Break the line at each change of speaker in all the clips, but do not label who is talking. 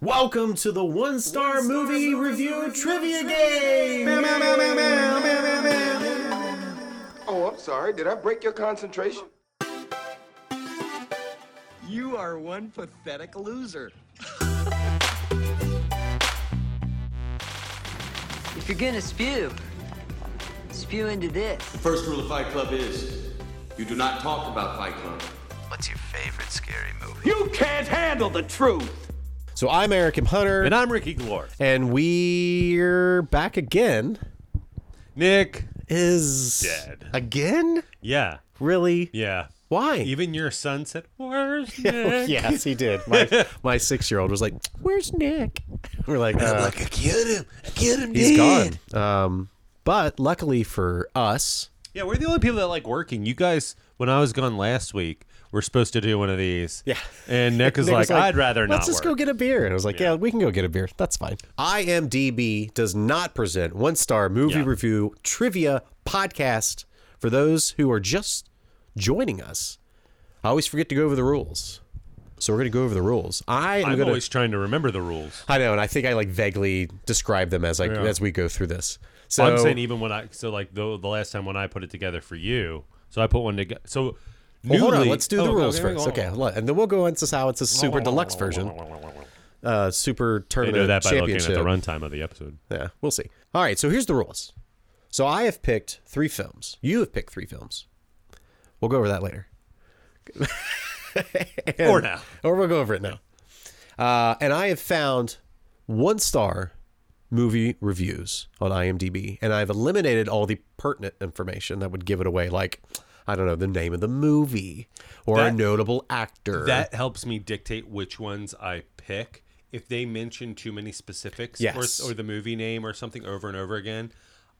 Welcome to the One Star Movie Review Trivia Game!
Oh, I'm sorry. Did I break your concentration?
You are one pathetic loser.
If you're gonna spew, spew into this.
First rule of Fight Club is you do not talk about Fight Club.
What's your favorite scary movie?
So I'm Eric M. Hunter,
And I'm Ricky Glore.
and we're back again.
Nick.
Is.
Dead.
Again?
Yeah.
Really?
Yeah.
Why?
Even your son said, Where's
Oh,
Nick?
yes, he did. My, my six year old was like, Where's Nick? We're like, uh,
I killed him. I killed him.
He's gone. Um, but luckily for us,
Yeah, we're the only people that like working. You guys, when I was gone last week, we're supposed to do one of these.
Yeah.
And Nick is
Nick
like,
was
I'd rather not.
Let's just
work."
go get a beer. And I was like, yeah. we can go get a beer. That's fine. IMDb does not present one star movie
Yeah.
review trivia podcast for those who are just joining us. I always forget to go over the rules. So we're going to go over the rules. I am
I'm
going to.
always trying to remember the rules.
I know, and I think I like vaguely describe them as like
Yeah.
as we go through this. So
I'm saying even when I so like the, the last time when I put it together for you, so I put one together. So
Well, hold on,
newly-
let's do the
Oh,
rules
okay,
first. Okay, hold on. and then we'll go into how it's a super deluxe version, uh, super
They
tournament
know that by looking at
championship.
the runtime of the episode.
Yeah, we'll see. All right, so here's the rules. So I have picked three films. You have picked three films. We'll go over that later. And-
Or now.
Or we'll go over it now. Uh, and I have found one star movie reviews on IMDb, and I've eliminated all the pertinent information that would give it away, like, I don't know, the name of the movie or a
That-
notable actor.
That helps me dictate which ones I pick. If they mention too many specifics
Yes.
or, or the movie name or something over and over again,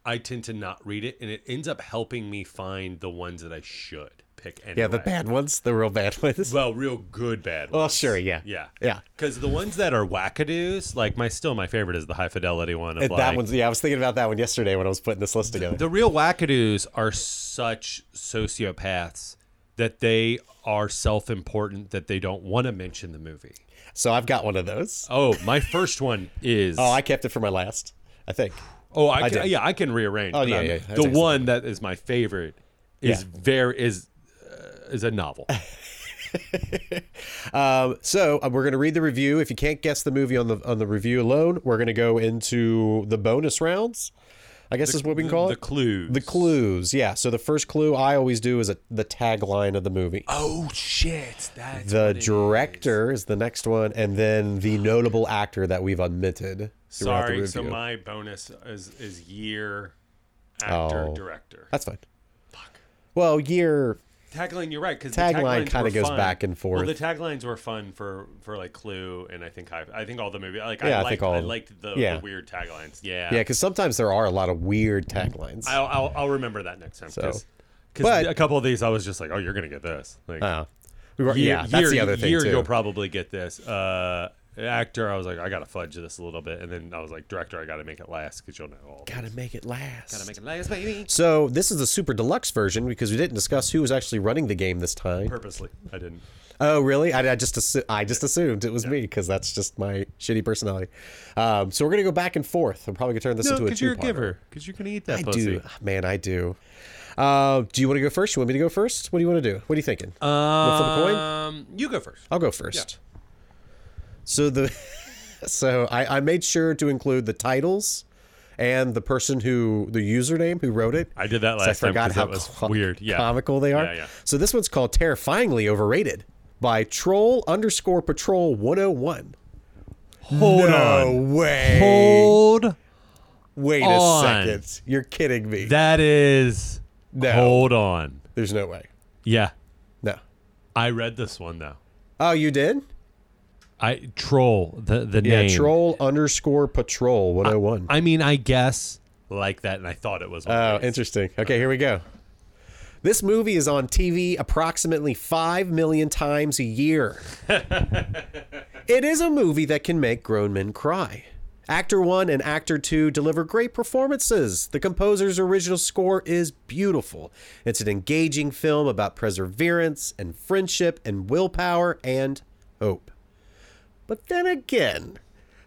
I tend to not read it, and it ends up helping me find the ones that I should pick anyway.
yeah, the bad ones, the real bad ones.
Well, real good bad ones.
Well, sure, yeah.
Yeah.
Yeah.
Because the ones that are wackadoos, like my still my favorite is the high fidelity one. Of
And that
like-
one's, yeah, I was thinking about that one yesterday when I was putting this list together.
The real wackadoos are such sociopaths that they are self important that they don't want to mention the movie.
So I've got one of those.
Oh, my first one is
Oh, I kept it for my last, I think.
Oh, I,
I
can,
did.
yeah, I can rearrange.
Oh,
but
yeah,
I'm-
yeah, yeah. That's
The
excellent.
one that is my favorite is very is uh, is a novel.
Um, so uh, we're going to read the review. If you can't guess the movie on the on the review alone, we're going to go into the bonus rounds. I guess is what we can call
the
it.
clues.
The clues. Yeah. So the first clue I always do is a, the tagline of the movie.
Oh shit! That's
the director is. the next one, and then the notable actor that we've omitted. throughout the
Oh. Sorry, so
review.
my bonus is is year actor
Oh.
director.
That's fine. Well, year.
Tagline, you're right because
Tagline
kind
kinda
of
goes back and forth.
Well, the taglines were fun for for like Clue and I think I I think all the movie like
Yeah,
I,
I
liked,
think all
I
of them.
liked the,
Yeah.
the weird taglines. Yeah,
Yeah, because sometimes there are a lot of weird taglines.
I'll, I'll I'll remember that next time.
So-
because
but-
a couple of these I was just like, oh, you're gonna get this. Like,
Uh, we were,
year-
yeah, that's
year-
the other thing
year
too.
you'll probably get this. Uh, actor, I was like, I gotta fudge this a little bit, and then I was like, director, I gotta make it last because you'll know all.
Gotta make it last.
Gotta make it last, baby.
So this is the super deluxe version because we didn't discuss who was actually running the game this time.
Purposely, I didn't.
Oh, really? I, I just assu- I just assumed it was me because that's just my shitty personality. Um, so we're gonna go back and forth. I'm probably gonna turn this into a two
you're a giver. Because you're gonna eat that
I
pussy.
do, man. I do. Uh, do you want to go first? You want me to go first? What do you want to do? What are you thinking?
Uh,
Wanna flip a coin?
Um, you go first.
I'll go first. So the so I, I made sure to include the titles and the person who the username who wrote it.
I did that
'cause
last time
I forgot
'cause
how
it was
com-
weird. Yeah.
comical they are.
Yeah, yeah.
So this one's called terrifyingly overrated by troll underscore patrol one hundred and one.
Hold
No way!
Hold.
Wait
on.
a second! You're kidding me.
That is.
No.
Hold on.
There's no way.
Yeah,
No.
I read this one though.
Oh, you did?
I troll the the
Yeah.
name.
Troll underscore patrol one hundred and one.
I mean, I guess like that, and I thought it was.
Oh,
hilarious.
interesting. Okay, here we go. This movie is on TV approximately 5 million times a year. it is a movie that can make grown men cry. Actor 1 and Actor 2 deliver great performances. The composer's original score is beautiful. It's an engaging film about perseverance and friendship and willpower and hope. But then again,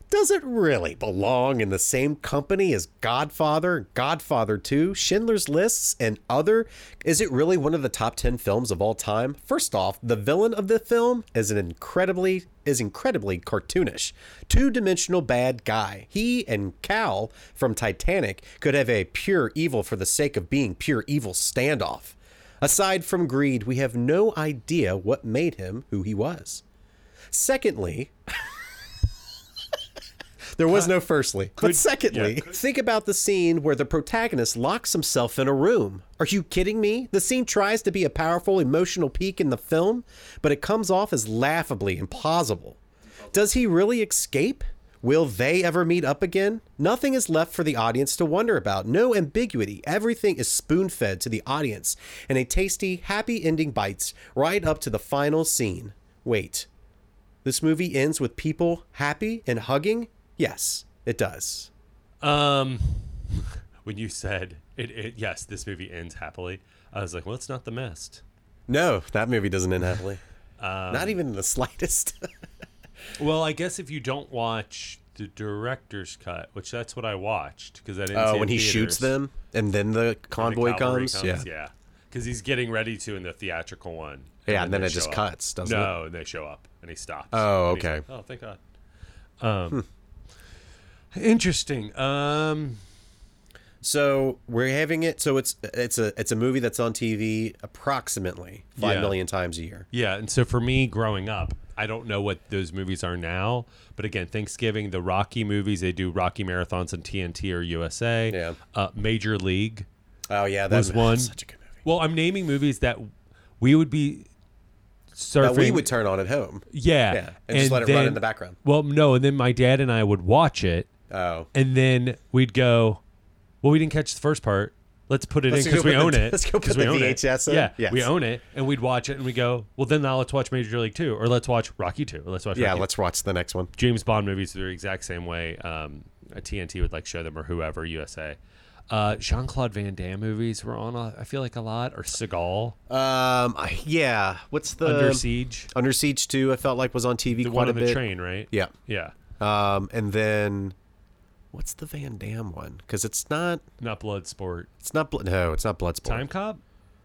does it really belong in the same company as Godfather, Godfather 2, Schindler's Lists, and other? Is it really one of the top 10 films of all time? First off, the villain of the film is an incredibly is incredibly cartoonish, two-dimensional bad guy. He and Cal from Titanic could have a pure evil for the sake of being pure evil standoff. Aside from greed, we have no idea what made him who he was. Secondly, there was no firstly. but secondly, think about the scene where the protagonist locks himself in a room. Are you kidding me? The scene tries to be a powerful emotional peak in the film, but it comes off as laughably implausible. Does he really escape? Will they ever meet up again? Nothing is left for the audience to wonder about. No ambiguity. Everything is spoon fed to the audience and a tasty, happy ending bites right up to the final scene. Wait, this movie ends with people happy and hugging? Yes, it does.
Um, when you said it, it, yes, this movie ends happily. I was like, well, it's not the mist.
No, that movie doesn't end happily.
Um,
Not even in the slightest.
Well, I guess if you don't watch the director's cut, which that's what I watched because I didn't. see
Oh,
it
when
in
he shoots
theaters.
them and then the
The
convoy
cavalry
comes. Yeah. yeah.
yeah, because he's getting ready to in the theatrical one.
and then
they
it just
show up.
cuts, doesn't it?
no, and they show up and he stops.
Oh,
And he's
okay. Hmm.
like, oh, thank God. Um, interesting. Um,
So we're having it. So it's it's a it's a movie that's on TV approximately five million
Yeah.
times a year.
Yeah, and so for me growing up, I don't know what those movies are now, but again, Thanksgiving, the Rocky movies, they do Rocky marathons on TNT or USA.
Yeah.
Uh, Major League
Oh yeah, that
was one.
Such a good movie.
Well, I'm naming movies that we would be surfing.
That we would turn on at home.
yeah,
Yeah, and just let it run in the background.
Well, no, and then my dad and I would watch it,
Oh,
and then we'd go, well, we didn't catch the first part. Let's put it
Let's
in
go
because we
put
own
the-
it.
let's go
'cause
put
we
the
own it.
VHS in.
Yeah, we
Yes.
own it, and we'd watch it, and we go, well, then now let's watch Major League Two, or let's watch Rocky Two, or let's watch
yeah.
Rocky
Let's watch the next one.
James Bond movies are the exact same way. Um, a TNT would like show them or whoever USA. Uh, Jean Claude Van Damme movies were on. A, I feel like a lot or Seagal
Um, I- yeah. What's the
Under Siege.
Under Siege Two? I felt like was on TV
The
quite
one
a
on the
bit.
train, right?
Yeah.
yeah.
Um, and then what's the Van Damme one? Because it's not,
Not Bloodsport.
it's not. Blo- No, it's not Bloodsport.
Time Cop.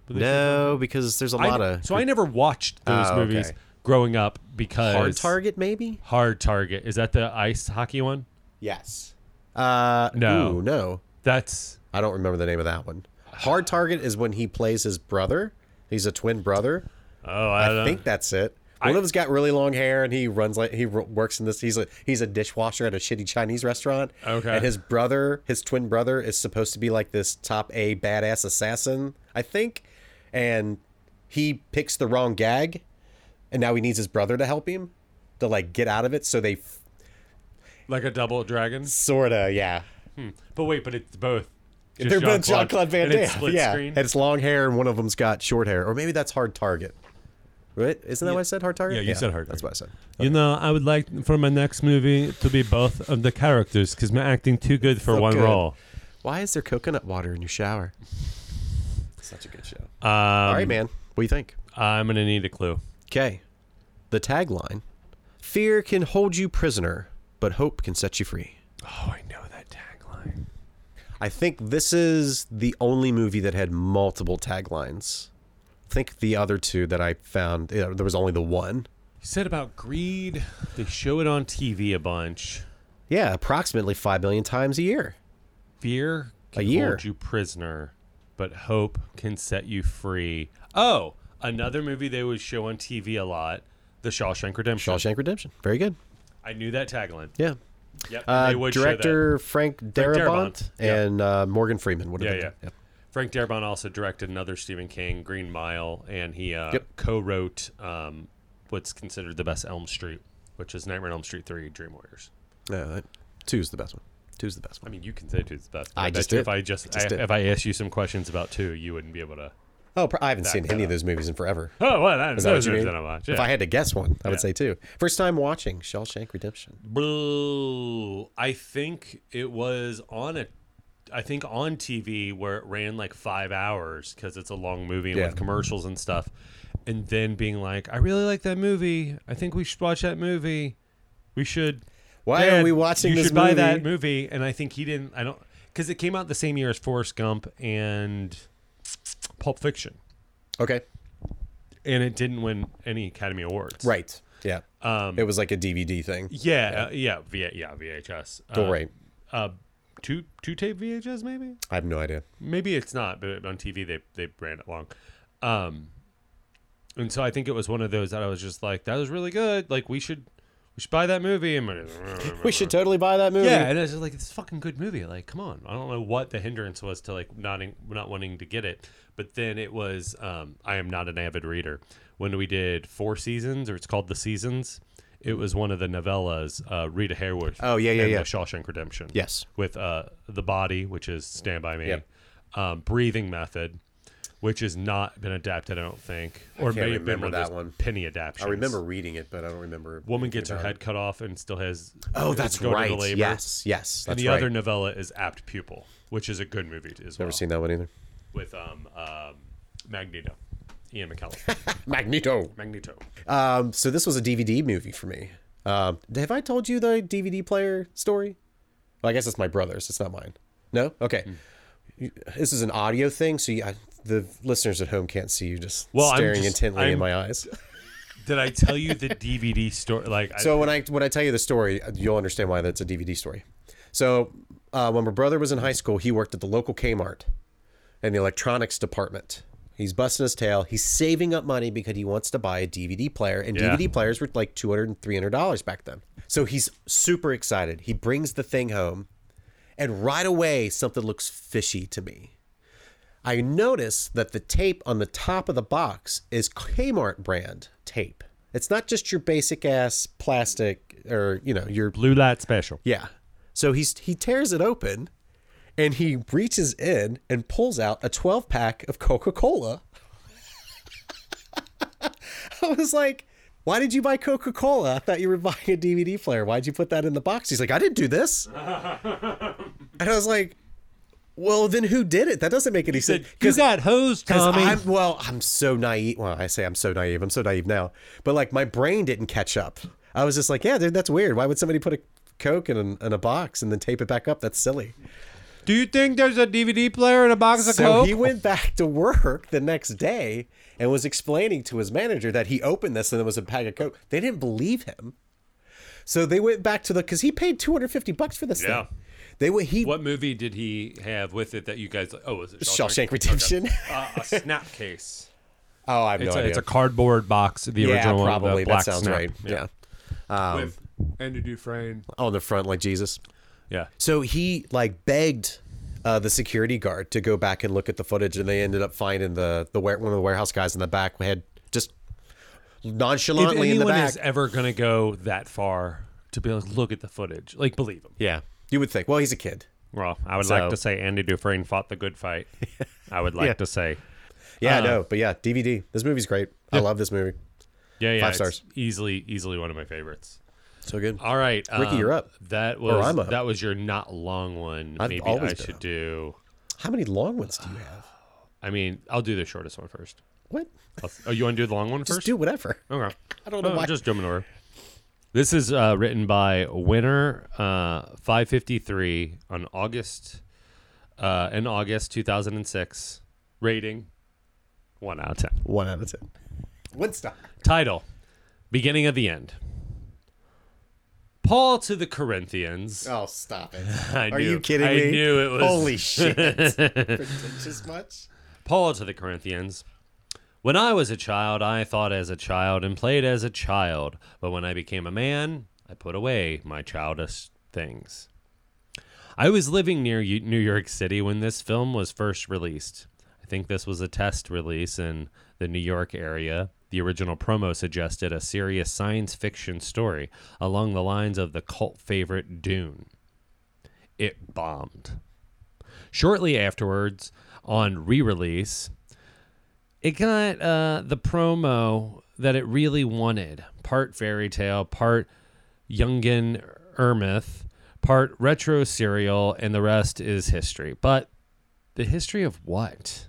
Were they-
No, because there's a
I-
lot of
so I never watched those
Oh,
movies
okay.
growing up because
hard target. Maybe
Hard Target is that the ice hockey one?
yes. Uh,
No.
ooh, no,
That's
I don't remember the name of that one. Hard Target is when he plays his brother. He's a twin brother.
oh I,
I
don't
think that's it. One of them's got really long hair, and he runs like he r- works in this. He's a he's a dishwasher at a shitty Chinese restaurant.
Okay.
And his brother, his twin brother, is supposed to be like this top A badass assassin, I think. And he picks the wrong gag, and now he needs his brother to help him to like get out of it. So they f-
like a double dragon.
sorta yeah.
But wait, but it's both. Just
They're both Jean
Jean-Claude
Claude Van
and
Damme.
it's split
yeah,
screen?
and it's long hair, and one of them's got short hair, or maybe that's Hard Target. Right? Isn't that what I said? Hard Target.
Yeah, you said Hard
That's what I said.
You know, I would like for my next movie to be both of the characters because I'm acting too good for
So
one
good.
role.
Why is there coconut water in your shower? Such a good show.
Um,
All right, man. What do you think?
I'm gonna need a clue.
Okay. The tagline Fear can hold you prisoner, but hope can set you free.
Oh, I know that tagline.
I think this is the only movie that had multiple taglines. I think the other two that I found, yeah, there was only the one.
You said about greed. They show it on TV a bunch.
Yeah, approximately 5 million times a year.
Fear can
year.
hold you prisoner, but hope can set you free. Oh, another movie they would show on TV a lot: The Shawshank Redemption.
Shawshank Redemption. Very good.
I knew that tagline.
Yeah.
Yep, and
Uh,
they would show that.
director Frank Darabont,
Darabont. Yeah.
and uh, Morgan Freeman. Would have
Yeah,
been-
yeah. Frank Darabont also directed another Stephen King, Green Mile, and he uh,
Yep.
co-wrote um, what's considered the best Elm Street, which is Nightmare on Elm Street Three: Dream Warriors.
No, that- two's the best one. Two's the best
I
one.
mean, you can say two's the best. but
I
bet
just
you
did.
If I just,
I just
I-
did.
if I asked you some questions about two, you wouldn't be able to.
Oh, pr- I haven't seen
that uh,
any of
up.
those movies in forever.
Oh, well, I don't
Is
know.
that what you mean?
I watch.
If I had to guess one, I
Yeah.
would say two. First time watching Shawshank Redemption.
Boo. I think it was on a, I think on TV where it ran like five hours because it's a long movie and
Yeah.
with commercials and stuff, and then being like, I really like that movie. I think we should watch that movie. We should.
Why
Man,
are we watching
you
this
should
movie?
buy that movie, and I think he didn't. I don't because it came out the same year as Forrest Gump and Pulp Fiction,
Okay.
and it didn't win any Academy Awards.
Right. Yeah. Um, it was like a DVD thing.
Yeah. Yeah. Uh, yeah, v- yeah. VHS. Uh,
All right.
Uh, two two tape VHS maybe.
I have no idea.
maybe it's not, but on TV they they ran it long. Um, and so I think it was one of those that I was just like, that was really good. Like we should we should buy that movie. And
We should totally buy that movie.
yeah, and I was just like, it's a fucking good movie. Like, come on. I don't know what the hindrance was to like not in, not wanting to get it, but then it was. Um, I am not an avid reader. When we did Four Seasons, or it's called The Seasons. It was one of the novellas, uh, Rita Hayworth.
Oh, yeah, yeah,
and
yeah.
The Shawshank Redemption.
Yes.
with uh, the body, which is Stand by Me,
Yep.
um, breathing method, which has not been adapted, I don't think, or
can't
may have been
remember
one
that
of those
one.
penny adaptations.
I remember reading it, but I don't remember.
woman gets her
about
head cut off and still has.
Oh,
is
that's
going into
right.
labor.
Yes, yes. That's
and the
right.
other novella is Apt Pupil, which is a good movie t- as well.
Never seen that one either.
with um, um, Magneto, Ian McKellen.
Magneto.
Magneto.
Um, so this was a DVD movie for me. Um, have I told you the DVD player story? Well, I guess it's my brother's. It's not mine. No. Okay.
Hmm.
You- This is an audio thing, so you, I, the listeners at home can't see you just
Well, I'm
staring
just-
intently in
I'm-
my eyes.
Did I tell you the DVD story? Like,
So when I when I tell you the story, you'll understand why that's a DVD story. So uh, when my brother was in high school, he worked at the local Kmart in the electronics department. He's busting his tail. He's saving up money because he wants to buy a DVD player, and
Yeah.
DVD players were like 200 and 300 dollars back then. So he's super excited. He brings the thing home, and right away something looks fishy to me. I notice that the tape on the top of the box is Kmart brand tape. It's not just your basic ass plastic or, you know, your
Blue Light Special.
yeah. So he's he tears it open and he reaches in and pulls out a 12 pack of Coca-Cola. I was like, why did you buy Coca-Cola? I thought you were buying a DVD player. Why'd you put that in the box? He's like, I didn't do this. and I was like, well, then who did it? That doesn't make any sense.
You got hosed,
Because
Tommy.
I'm well, I'm so naive. Well, I say I'm so naive. I'm so naive now, but like my brain didn't catch up. I was just like, yeah, dude, that's weird. Why would somebody put a Coke in, an, in a box and then tape it back up? That's silly.
Do you think there's a DVD player in a box of
So
Coke?
he went back to work the next day and was explaining to his manager that he opened this and there was a pack of Coke. They didn't believe him. So they went back to the because he paid 250 bucks for this
Yeah.
thing. They went he
What movie did he have with it that you guys? Oh, was it
Shawshank Redemption.
Okay. Uh, a snap case.
oh I have no
It's, a,
idea.
it's a cardboard box. The
yeah,
original one,
probably
the black
that sounds
snap.
right. Yeah.
with Andy Dufresne.
on the front like Jesus.
Um, Yeah,
So he like begged uh, the security guard to go back and look at the footage, and they ended up finding the the ware- one of the warehouse guys in the back had just
if
nonchalantly in the
anyone
back.
is ever gonna go that far to be like, look at the footage, like believe him.
yeah, you would think. Well, he's a kid.
Well, I would
So-
like to say Andy Dufresne fought the good fight. I would like
Yeah.
to say,
Yeah,
Uh.
no, but yeah, DVD. This movie's great. I love this movie.
yeah, yeah,
Five
it's
stars.
easily, easily one of my favorites.
So good.
All right,
Ricky,
um,
you're up.
That
Or
was
I'm up.
that was your not long one.
I've
Maybe
always
I
been
should
up.
do.
How many long ones do you have?
I mean, I'll do the shortest one first.
What?
I'll- oh, you want to do the long one
Just
first?
do whatever.
okay. I
don't know why-
Just jumping over. This is uh, written by Winner uh, 553 on August uh, in August 2006. Rating one out of ten.
One out of ten. Woodstock.
Title Beginning of the End. Paul to the Corinthians.
Oh, stop it.
I
Are
knew-
you kidding
I
me?
knew it was.
Holy shit. Pretentious much?
Paul to the Corinthians. When I was a child, I thought as a child and played as a child, but when I became a man, I put away my childish things. I was living near U- New York City when this film was first released. I think this was a test release in the New York area. The original promo suggested a serious science fiction story along the lines of the cult favorite Dune. It bombed. Shortly afterwards, on re release, it got uh, the promo that it really wanted part fairy tale, part Jungian Ermith, part retro serial, and the rest is history. But the history of what?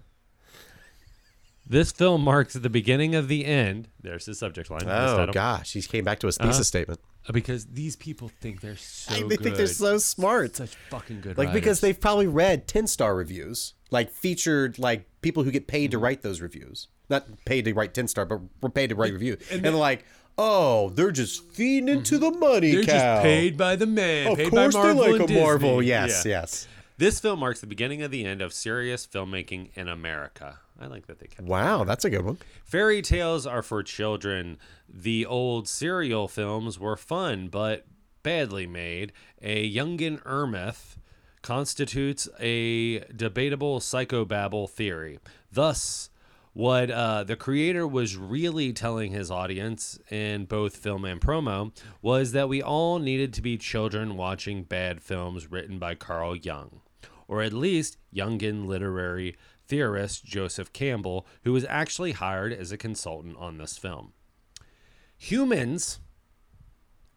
This film marks the beginning of the end. There's the subject line. Nice
Oh
title.
gosh, he came back to
Uh-huh.
his thesis statement.
Because these people think they're so.
they think they're
good.
so smart.
Such fucking good.
like because
writers.
they've probably read 10 star reviews like featured like people who get paid to
Mm-hmm.
write those reviews not paid to write 10 star but were paid to write review and, they're like oh they're just feeding into the money
Mm-hmm. They're
cow
just paid by the man.
of
paid
course
by Marvel
they like
and
a marvel
Disney.
yes
Yeah.
yes
This film marks the beginning of the end of serious filmmaking in America. I like that they kept.
wow that's a good one
Fairy tales are for children. The old serial films were fun but badly made. A Youngin Ermeth constitutes a debatable psychobabble theory. Thus, what uh, the creator was really telling his audience in both film and promo was that we all needed to be children watching bad films written by Carl Jung or at least Jungian literary theorist Joseph Campbell, who was actually hired as a consultant on this film. Humans,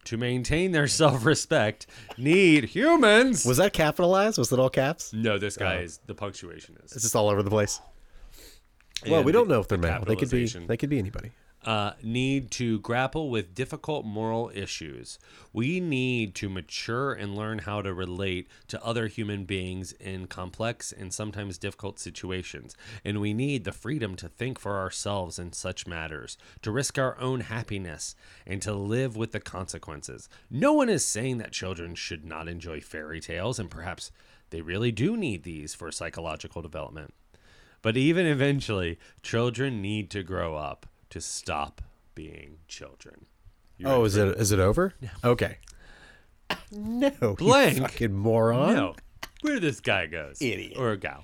to maintain their self respect, need humans.
was Uh-huh. that capitalized was it all caps
no, this guy is the punctuation is.
it's just all over the place well
And
we don't
the-
know if they're
the
male they could be
capitalization.
they could be anybody
uh, need to grapple with difficult moral issues. We need to mature and learn how to relate to other human beings in complex and sometimes difficult situations. And we need the freedom to think for ourselves in such matters, to risk our own happiness, and to live with the consequences. No one is saying that children should not enjoy fairy tales, and perhaps they really do need these for psychological development. But even eventually, children need to grow up to stop being children.
oh is it is it over okay no you
Blank.
fucking moron
No, where this guy goes, idiot or gal.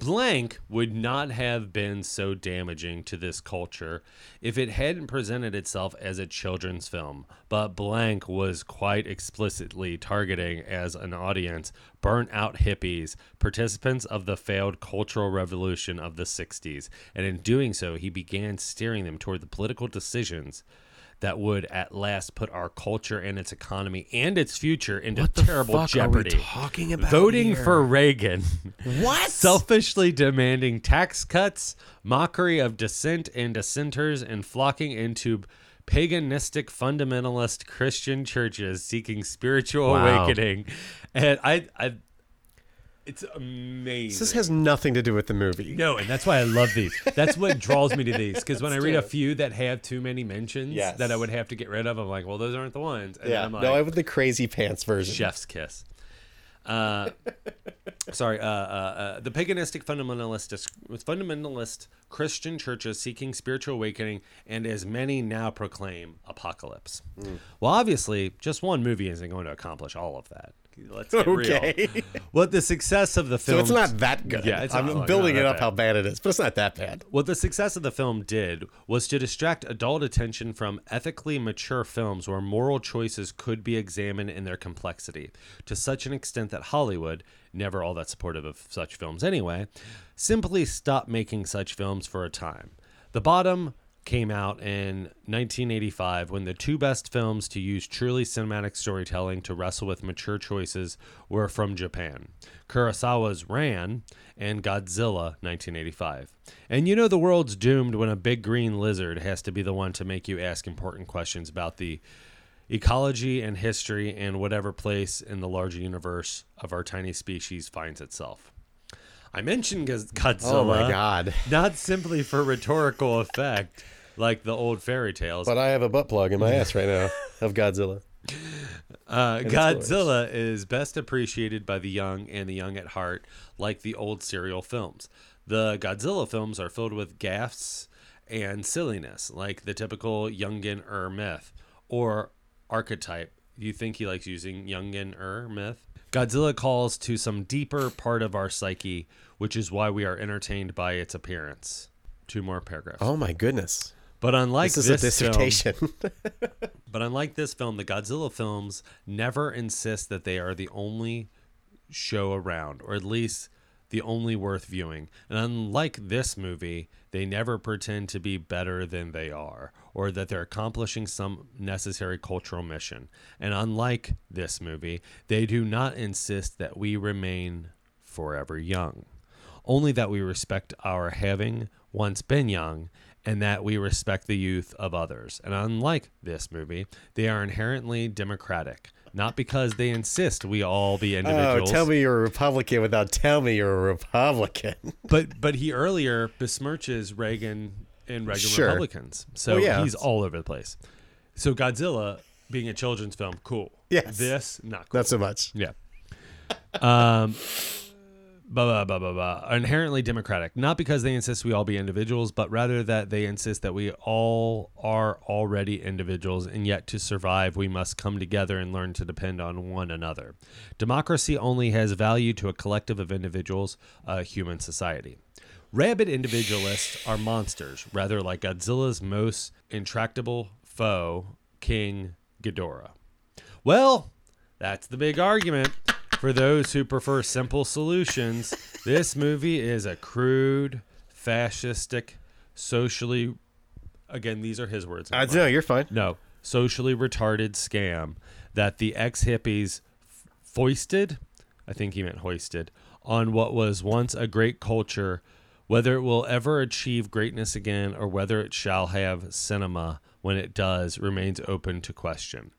Blank would not have been so damaging to this culture if it hadn't presented itself as a children's film. But Blank was quite explicitly targeting as an audience burnt out hippies, participants of the failed cultural revolution of the 60s. And in doing so, he began steering them toward the political decisions that would at last put our culture and its economy and its future into terrible jeopardy.
talking about
Voting
here?
for Reagan,
what
selfishly demanding tax cuts, mockery of dissent and dissenters, and flocking into paganistic fundamentalist Christian churches seeking spiritual
Wow.
awakening. And I, I, it's amazing.
This has nothing to do with the movie.
No, and that's why I love these. That's what draws me to these because when I read a few that have too many mentions
Yes.
that I would have to get rid of, I'm like, well, those aren't the ones. And then
yeah,
I'm like,
no, I with the crazy pants version.
chef's kiss. Uh, sorry, uh, uh, uh, the paganistic fundamentalist fundamentalist Christian churches seeking spiritual awakening, and as many now proclaim apocalypse.
Hmm.
Well, obviously, just one movie isn't going to accomplish all of that. Let's get
Okay.
real. What the success of the
So
film?
it's not that good.
Yeah, it's
I'm
not-
building it
not that
up
bad.
how bad it is, but it's not that bad.
What the success of the film did was to distract adult attention from ethically mature films where moral choices could be examined in their complexity, to such an extent that Hollywood, never all that supportive of such films anyway, simply stopped making such films for a time. The Bottom came out in 1985 when the two best films to use truly cinematic storytelling to wrestle with mature choices were from Japan Kurosawa's Ran and Godzilla 1985. And you know the world's doomed when a big green lizard has to be the one to make you ask important questions about the ecology and history and whatever place in the larger universe of our tiny species finds itself. I mentioned Goz- Godzilla
Oh my god.
not simply for rhetorical effect like the old fairy tales.
But I have a butt plug in my ass right now of Godzilla.
uh,
it's
Godzilla is best appreciated by the young and the young at heart, like the old serial films. The Godzilla films are filled with gaffes and silliness, like the typical Jungian er myth or archetype. You think he likes using Jungian er myth? Godzilla calls to some deeper part of our psyche, which is why we are entertained by its appearance. Two more paragraphs.
Oh my goodness.
But unlike
This is
this,
a dissertation.
Film, but unlike this film, the Godzilla films never insist that they are the only show around, or at least the only worth viewing. And unlike this movie, they never pretend to be better than they are, or that they're accomplishing some necessary cultural mission. And unlike this movie, they do not insist that we remain forever young, only that we respect our having once been young and that we respect the youth of others. And unlike this movie, they are inherently democratic, not because they insist we all be
Oh,
individuals.
tell me you're a Republican without tell me you're a Republican.
But but he earlier besmirches Reagan and Reagan
Sure.
Republicans. So
Well, yeah.
he's all over the place. So Godzilla being a children's film, cool.
Yes.
This not cool.
Not so much.
Yeah. Um, blah, blah, blah, blah, blah. Are Inherently democratic, not because they insist we all be individuals, but rather that they insist that we all are already individuals, and yet to survive, we must come together and learn to depend on one another. Democracy only has value to a collective of individuals, a human society. Rabid individualists are monsters, rather like Godzilla's most intractable foe, King Ghidorah. Well, that's the big argument. For those who prefer simple solutions, this movie is a crude, fascistic, socially again, these are his words. not
I
mine.
know Uh, you're fine.
No, socially retarded scam that the ex hippies foisted, I think he meant hoisted, on what was once a great culture. Whether it will ever achieve greatness again or whether it shall have cinema when it does remains open to question.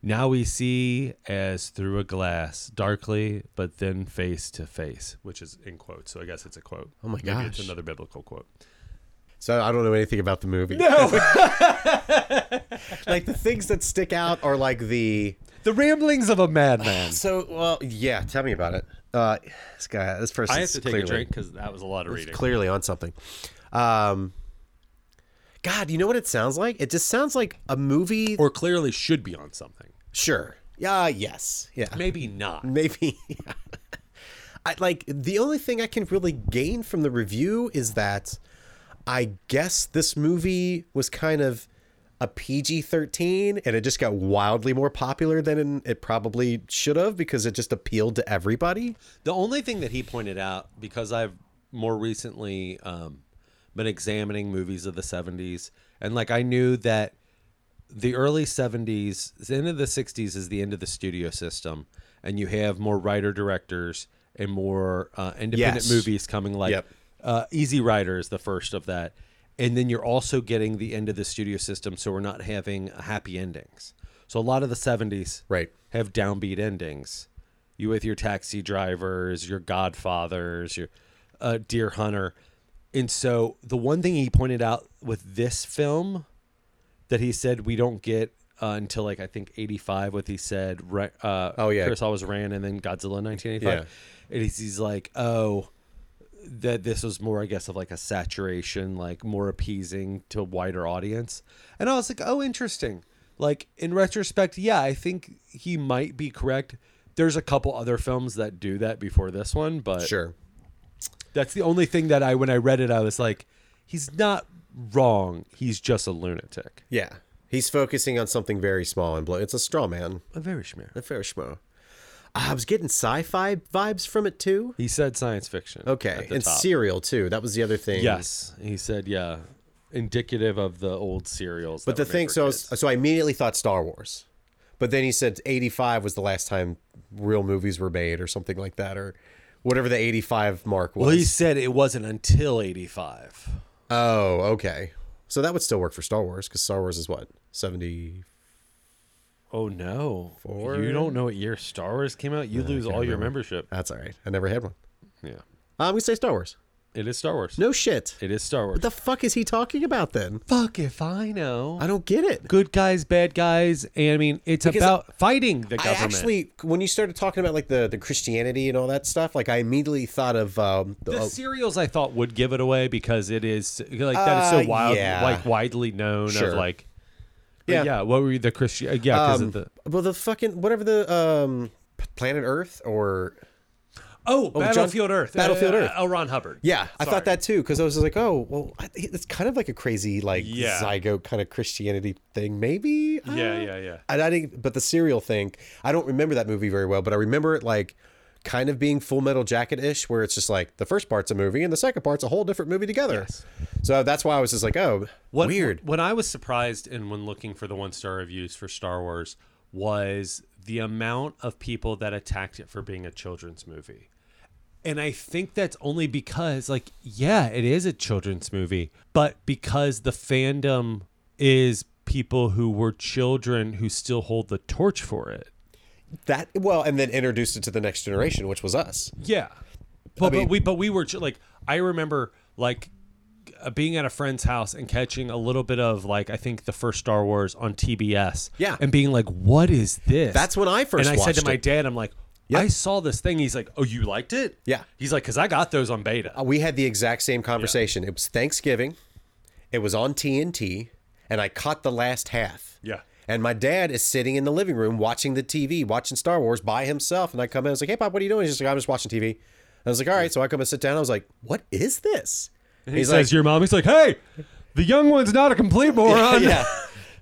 Now we see as through a glass, darkly, but then face to face, which is in quotes. So I guess it's a quote. Oh
my
Maybe it's
gosh.
another biblical quote.
So I don't know anything about the movie. No. like the things that stick out are like the
The ramblings of a madman.
so well yeah. Tell me about it. Uh, this guy, this person.
I have to take a drink because that was a lot of reading.
Clearly on something. Um, God, you know what it sounds like? It just sounds like a movie.
or clearly should be on something.
sure. Yeah. Yes. Yeah.
Maybe not.
maybe I, like the only thing i can really gain from the review is that i guess this movie was kind of a pg-13 and it just got wildly more popular than it probably should have because it just appealed to everybody
The only thing that he pointed out, because I've more recently um, been examining movies of the 70s, and like I knew that the early 70s, the end of the 60s is the end of the studio system, and you have more writer directors and more uh, independent
Yes.
movies coming. Like
Yep.
uh, Easy Rider is the first of that. And then you're also getting the end of the studio system, so we're not having happy endings. So a lot of the 70s
Right.
have downbeat endings. You with your taxi drivers, your Godfathers, your uh, Deer Hunter, and so the one thing he pointed out with this film that he said we don't get uh, until like I think eighty five. What he said, right? Uh,
Oh, yeah.
Chris always ran, and then Godzilla nineteen eighty five. And he's, he's like, oh, that this was more, I guess, of like a saturation, like more appeasing to a wider audience. And I was like, oh, interesting. Like in retrospect, yeah, I think he might be correct. There's a couple other films that do that before this one, but
sure
that's the only thing that I, when I read it, I was like, he's not wrong. He's just a lunatic.
yeah he's focusing on something very small and blow it's a straw man
A very schmear.
a fair schmo Ah, i was getting sci-fi vibes from it too
He said science fiction.
okay
at the
and
top.
serial too that was the other thing
Yes, he said yeah, indicative of the old serials.
But the thing, so I was, so I immediately thought Star Wars, but then he said '85 was the last time real movies were made, or something like that, or whatever the '85 mark was.
well, he said it wasn't until '85.
oh, okay. So that would still work for Star Wars because Star Wars is what '70.
Oh no!
Four?
You don't know what year Star Wars came out. You lose all your membership.
That's all right. I never had one.
Yeah,
I'm gonna say Star Wars.
it is Star Wars.
No shit.
it is Star Wars.
What the fuck is he talking about then?
fuck if I know.
I don't get it.
Good guys, bad guys, and I mean it's
Because
about fighting the
I
government.
actually, when you started talking about like the, the Christianity and all that stuff, like I immediately thought of um, the,
The
oh,
serials I thought would give it away because it is like that is
Uh,
so wild,
yeah.
like widely known
Sure.
of like. but
Yeah.
yeah. What were you- the Christian? Yeah, because
um,
of the
well the fucking whatever the um, p- planet Earth or
oh,
John-
Battlefield Earth,
Battlefield Earth.
L. Ron Hubbard.
Yeah, I
Sorry.
thought that too because I was just like, oh, well, I- it's kind of like a crazy like
Yeah.
zygote kind of Christianity thing, maybe. I
Yeah,
don't-
yeah, yeah.
And I didn't, but the serial thing, I don't remember that movie very well, but I remember it like kind of being Full Metal Jacket ish, where it's just like the first part's a movie and the second part's a whole different movie together. So that's why I was just like, oh,
What,
weird.
What I was surprised in when looking for the one star reviews for Star Wars was the amount of people that attacked it for being a children's movie. And I think that's only because, like, yeah, it is a children's movie, but because the fandom is people who were children who still hold the torch for it.
That well, and then introduced it to the next generation, which was us.
Yeah, but,
mean-
but we but we were ch- like I remember like uh, being at a friend's house and catching a little bit of like I think the first Star Wars on TBS.
Yeah.
and being like, what is this?
That's when I first
And I said to
watched
my
it.
dad, I'm like.
Yep.
I saw this thing. He's like, "Oh, you liked it?"
Yeah.
He's like, "Cause I got those on beta."
Uh, We had the exact same conversation. It was Thanksgiving. It was on TNT, and I caught the last half.
Yeah.
And my dad is sitting in the living room watching the TV, watching Star Wars by himself. And I come in, I was like, "Hey, pop, what are you doing?" He's just like, "I'm just watching TV." I was like, "All right." So I come and sit down. I was like, "What is this?"
He says, "Your mom." He's like, "Hey, the young one's not a complete moron."
yeah.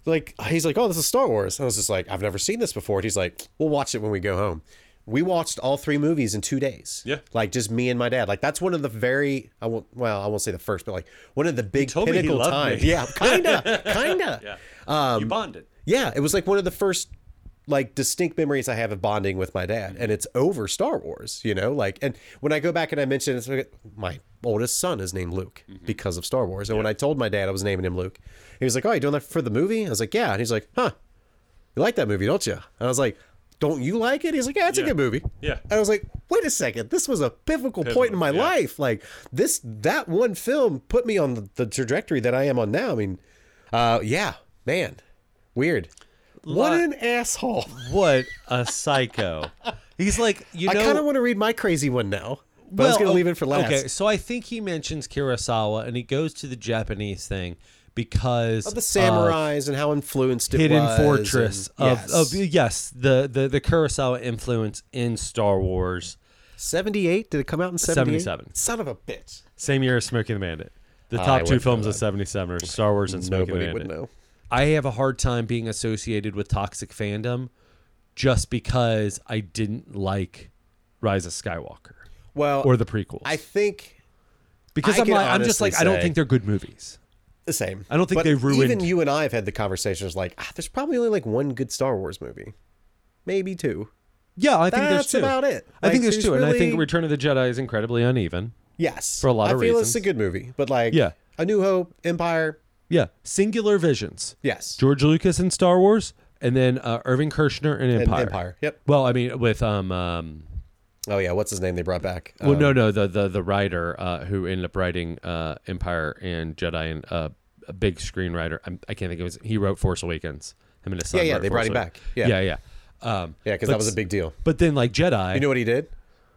Like he's like, oh, this is Star Wars. I was just like, I've never seen this before. And he's like, we'll watch it when we go home. We watched all three movies in two days.
Yeah.
like just me and my dad. Like that's one of the very I won't well I won't say the first, but like one of the big
told me he
pinnacle
loved
times.
me.
Yeah, kinda, kinda. Yeah.
you bonded.
yeah, it was like one of the first like distinct memories I have of bonding with my dad, and it's over Star Wars, you know. Like, and when I go back and I mention it's like, my oldest son is named Luke
Mm-hmm.
because of Star Wars, and when I told my dad I was naming him Luke, he was like, "Oh, you doing that for the movie?" I was like, "Yeah," and he's like, "Huh, you like that movie, don't you?" And I was like. Don't you like it? He's like, yeah, it's
Yeah.
a good movie.
Yeah.
And I was like, wait a second, this was a pivotal, point in my
yeah.
life. Like this, that one film put me on the, the trajectory that I am on now. I mean, uh, yeah, man, weird. What
Lot-
an asshole.
What a psycho! He's like, you
I
know,
kind of want to read my crazy one now, but I was going to
o-
leave it for last.
Okay, so I think he mentions Kurosawa and he goes to the Japanese thing because
The samurais and how influenced it
uh, Hidden
was.
Fortress
and-
of, of yes, the the the Kurosawa influence in Star Wars.
78? Did it come out in 78?
77.
Son of a bitch.
Same year as Smoking the Bandit. The
I
top two
wouldn't know
films of
that.
'77 are Star Wars and Smoking
Nobody
the
would
Bandit.
know.
I have a hard time being associated with toxic fandom, just because I didn't like Rise of Skywalker
Well,
or the prequels.
I think
because
I
I'm
can
like, I'm just
honestly
like I don't
say-
think they're good movies.
the same.
I don't think
But
they ruined-
Even you and I have had the conversations like, ah, there's probably only like one good Star Wars movie. Maybe two.
Yeah, I think
That's
there's two.
about it.
I
Like,
think there's
there's
two, and I think
really-
Return of the Jedi is incredibly uneven.
Yes.
For a lot
I
of
feel
reasons.
it's a good movie, but like,
Yeah.
A New Hope, Empire,
Yeah, singular visions.
yes.
George Lucas in Star Wars, and then uh, Irving Kirshner in Empire.
Empire, yep.
Well, I mean, with um, um
Oh yeah, what's his name they brought back? Um,
well, no, no, the the the writer uh, who ended up writing uh, Empire and Jedi and uh, a big screenwriter. I'm, I can't think of his. He wrote Force Awakens. Him and his son.
Yeah, yeah,
wrote
they brought
Force
him
Awakens.
back. Yeah.
yeah, yeah. Um,
Yeah, because
but
that was a
s-
big deal.
But then, like Jedi,
You know what he did?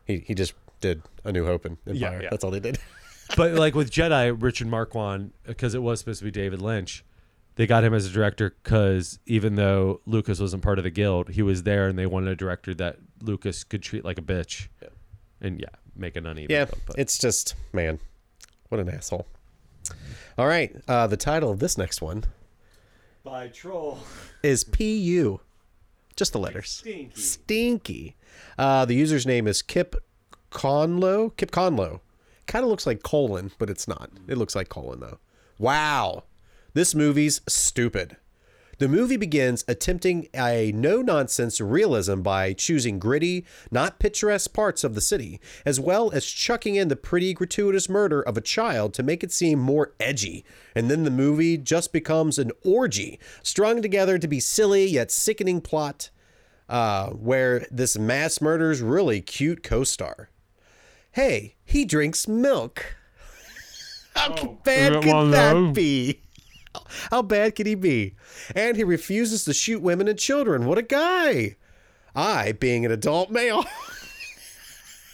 He he just did A New Hope and Empire.
yeah.
That's all he did.
but like with Jedi, Richard Marquand, because it was supposed to be David Lynch, they got him as a director because even though Lucas wasn't part of the guild, he was there, and they wanted a director that Lucas could treat like a bitch, and yeah, make an uneven.
yeah,
film, but-
it's just man, what an asshole. All right, uh, the title of this next one
by troll.
is PU, just the letters. Stinky. Uh, the user's name is Kip Conlow. Kip Conlow. Kind of looks like colon, but it's not. It looks like colon though. Wow, this movie's stupid. The movie begins attempting a no nonsense realism by choosing gritty, not picturesque parts of the city, as well as chucking in the pretty gratuitous murder of a child to make it seem more edgy. And then the movie just becomes an orgy, strung together to be silly yet sickening plot, uh, where this mass murder's really cute co star. Hey, he drinks milk. How bad
Is it one
could
of
that
those?
be? How bad could he be? And he refuses to shoot women and children. What a guy! I, being an adult male,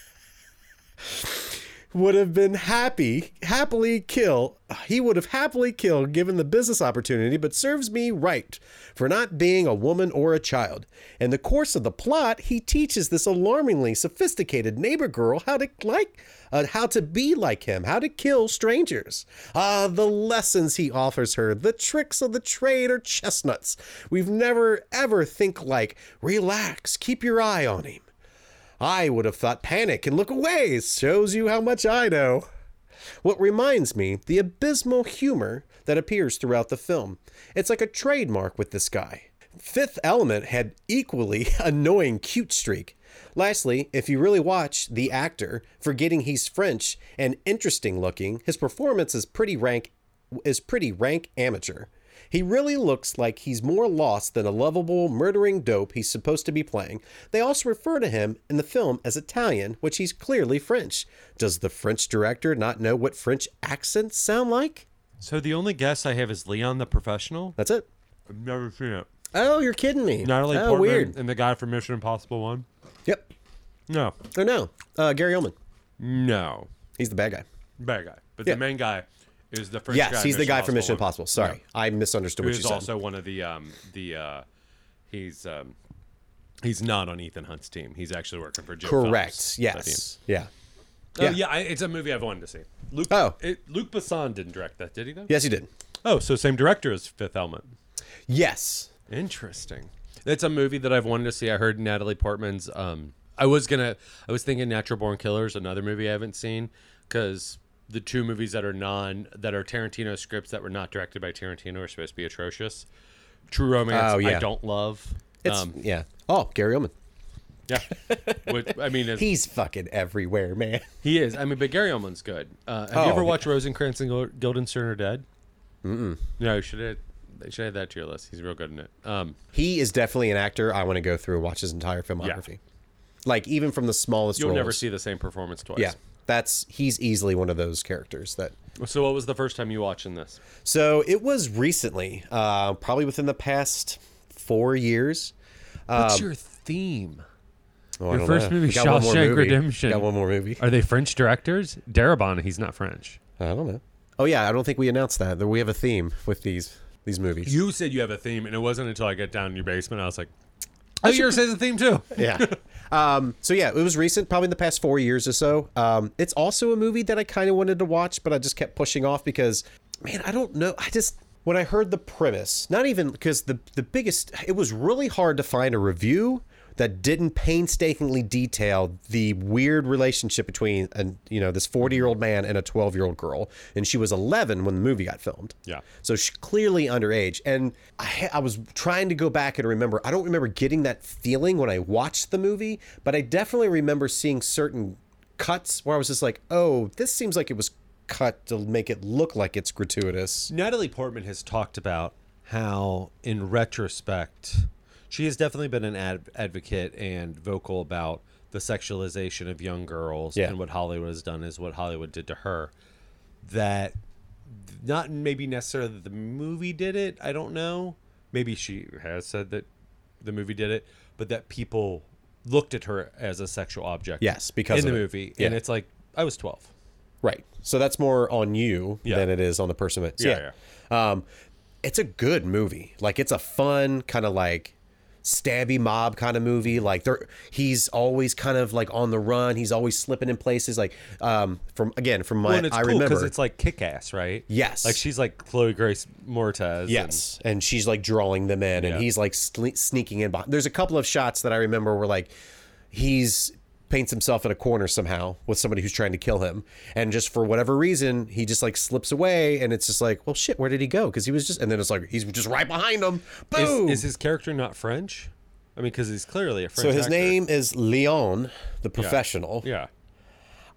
would have been happy, happily kill. He would have happily killed given the business opportunity, but serves me right for not being a woman or a child. In the course of the plot, he teaches this alarmingly sophisticated neighbor girl how to like, uh, how to be like him, how to kill strangers. Ah, the lessons he offers her, the tricks of the trade are chestnuts. We've never ever think like, relax, keep your eye on him. I would have thought panic and look away shows you how much I know. What reminds me, the abysmal humor that appears throughout the film. It's like a trademark with this guy. Fifth Element had equally annoying cute streak. Lastly, if you really watch the actor, forgetting he's French and interesting looking, his performance is pretty rank is pretty rank amateur. He really looks like he's more lost than a lovable murdering dope he's supposed to be playing. They also refer to him in the film as Italian, which he's clearly French. Does the French director not know what French accents sound like?
So the only guess I have is Leon the Professional.
That's it.
I've never seen it.
Oh, you're kidding me.
Natalie
oh,
Portman
weird.
and the guy from Mission Impossible One.
Yep.
No,
Oh no. Uh, Gary Oldman.
no,
He's the bad guy.
bad guy. But
Yeah.
the main guy is the French. guy
yes,
in
he's the guy from Mission
One.
Impossible. Sorry, I misunderstood what
Who's
you said.
also one of the um the uh he's um he's not on Ethan Hunt's team. He's actually working for Jim.
Correct.
Phelps.
Yes. Yeah.
Oh,
Yeah.
yeah, I, it's a movie I've wanted to see. Luke,
Oh.
it, Luke Besson didn't direct that, did he? Though.
Yes, he did.
Oh, so same director as Fifth Element.
Yes.
Interesting. That's a movie that I've wanted to see. I heard Natalie Portman's. Um, I was gonna. I was thinking Natural Born Killers, another movie I haven't seen, because the two movies that are non that are Tarantino scripts that were not directed by Tarantino are supposed to be atrocious. True Romance,
Oh, yeah.
I don't love.
It's
Um,
yeah. Oh, Gary Oldman.
yeah, Which, I mean, it's,
He's fucking everywhere, man.
he is. I mean, but Gary Oldman's good. Uh, have
Oh,
you ever watched Rosencrantz and Gil- Guildenstern are Dead? Mm-mm. No, you should have. They should add that to your list. He's real good in it. Um,
He is definitely an actor. I want to go through and watch his entire filmography. Like even from the smallest.
you'll never
roles.
see the same performance twice.
Yeah, that's he's easily one of those characters that
So, what was the first time you watching this?
So it was recently, uh, probably within the past four years.
What's your theme?
Oh, Um, I
Your
don't
first
know.
movie,
Got one more
Shawshank
movie.
Redemption.
Got one more movie.
Are they French directors? Darabont, he's not French.
I don't know. Oh yeah, I don't think we announced that that we have a theme with these these movies.
You said you have a theme, and it wasn't until I got down in your basement I was like, "Oh, yours has a theme too."
yeah. Um, so yeah, it was recent, probably in the past four years or so. Um, it's also a movie that I kind of wanted to watch, but I just kept pushing off because, man, I don't know. I just when I heard the premise, not even because the the biggest, it was really hard to find a review that didn't painstakingly detail the weird relationship between an you know this 40 year old man and a 12 year old girl and she was 11 when the movie got filmed
Yeah.
so she's clearly underage. And I, ha- I was trying to go back and remember. I don't remember getting that feeling when I watched the movie, but I definitely remember seeing certain cuts where I was just like, oh, this seems like it was cut to make it look like it's gratuitous.
Natalie Portman has talked about how, in retrospect, she has definitely been an ad- advocate and vocal about the sexualization of young girls
Yeah.
and what Hollywood has done is what Hollywood did to her. That not maybe necessarily that the movie did it. I don't know. Maybe she has said that the movie did it, but that people looked at her as a sexual object.
Yes, because
in
of
the
it.
movie, and
Yeah.
it's like I was twelve.
Right. So that's more on you
Yeah.
than it is on the person. That, so
Yeah,
yeah. Um, it's a good movie. Like it's a fun kind of like stabby mob kind of movie. Like there, he's always kind of like on the run. He's always slipping in places. Like um, from again from my
Well, and it's
I
cool because
remember.
it's like kick ass, right?
Yes.
Like she's like Chloe Grace Mortez. and-
Yes, and, she's like drawing them in,
Yeah.
and he's like sle- sneaking in. Behind. There's a couple of shots that I remember where like he's paints himself in a corner somehow with somebody who's trying to kill him, and just for whatever reason, he just like slips away, and it's just like, well, shit, where did he go? Because he was just, and then it's like he's just right behind him.
Is,
Boom.
is his character not French? I mean, because he's clearly a French.
Oh! so his
actor.
name is Leon, the professional.
Yeah.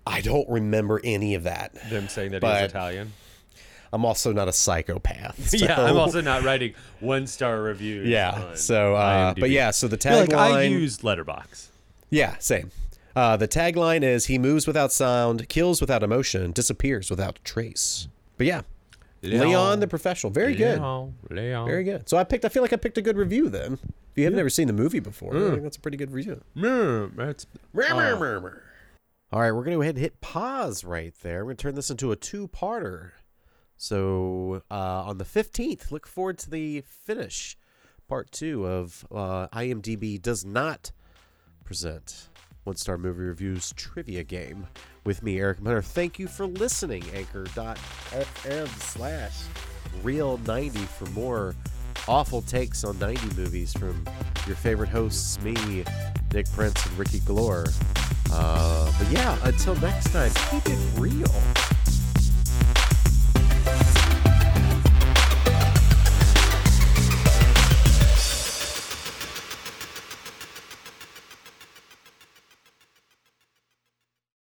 I don't remember any of that.
Them saying that
But-
he's Italian.
I'm also not a psychopath.
Yeah,
so-
I'm also not writing one star reviews.
Yeah.
on
So, uh,
IMDb.
but yeah. So the
You're like,
tagline.
I use Letterbox.
Yeah, same. Uh, the tagline is "He moves without sound, kills without emotion, disappears without trace." But yeah, Leon, the professional, very good,
Leon, Leon.
very good. So I picked. I feel like I picked a good review then. If you have never seen the movie before, I think that's a pretty good review.
Mm, that's
Uh, All right, we're gonna go ahead and hit pause right there. We're gonna turn this into a two-parter. So uh, on the fifteenth, look forward to the finish, part two of uh, IMDb does not present One Star Movie Reviews Trivia Game with me, Eric Miller. Thank you for listening, anchor.fm slash real90 for more awful takes on 90 movies from your favorite hosts, me, Nick Prince, and Ricky Glore. Uh, but yeah, until next time, keep it real.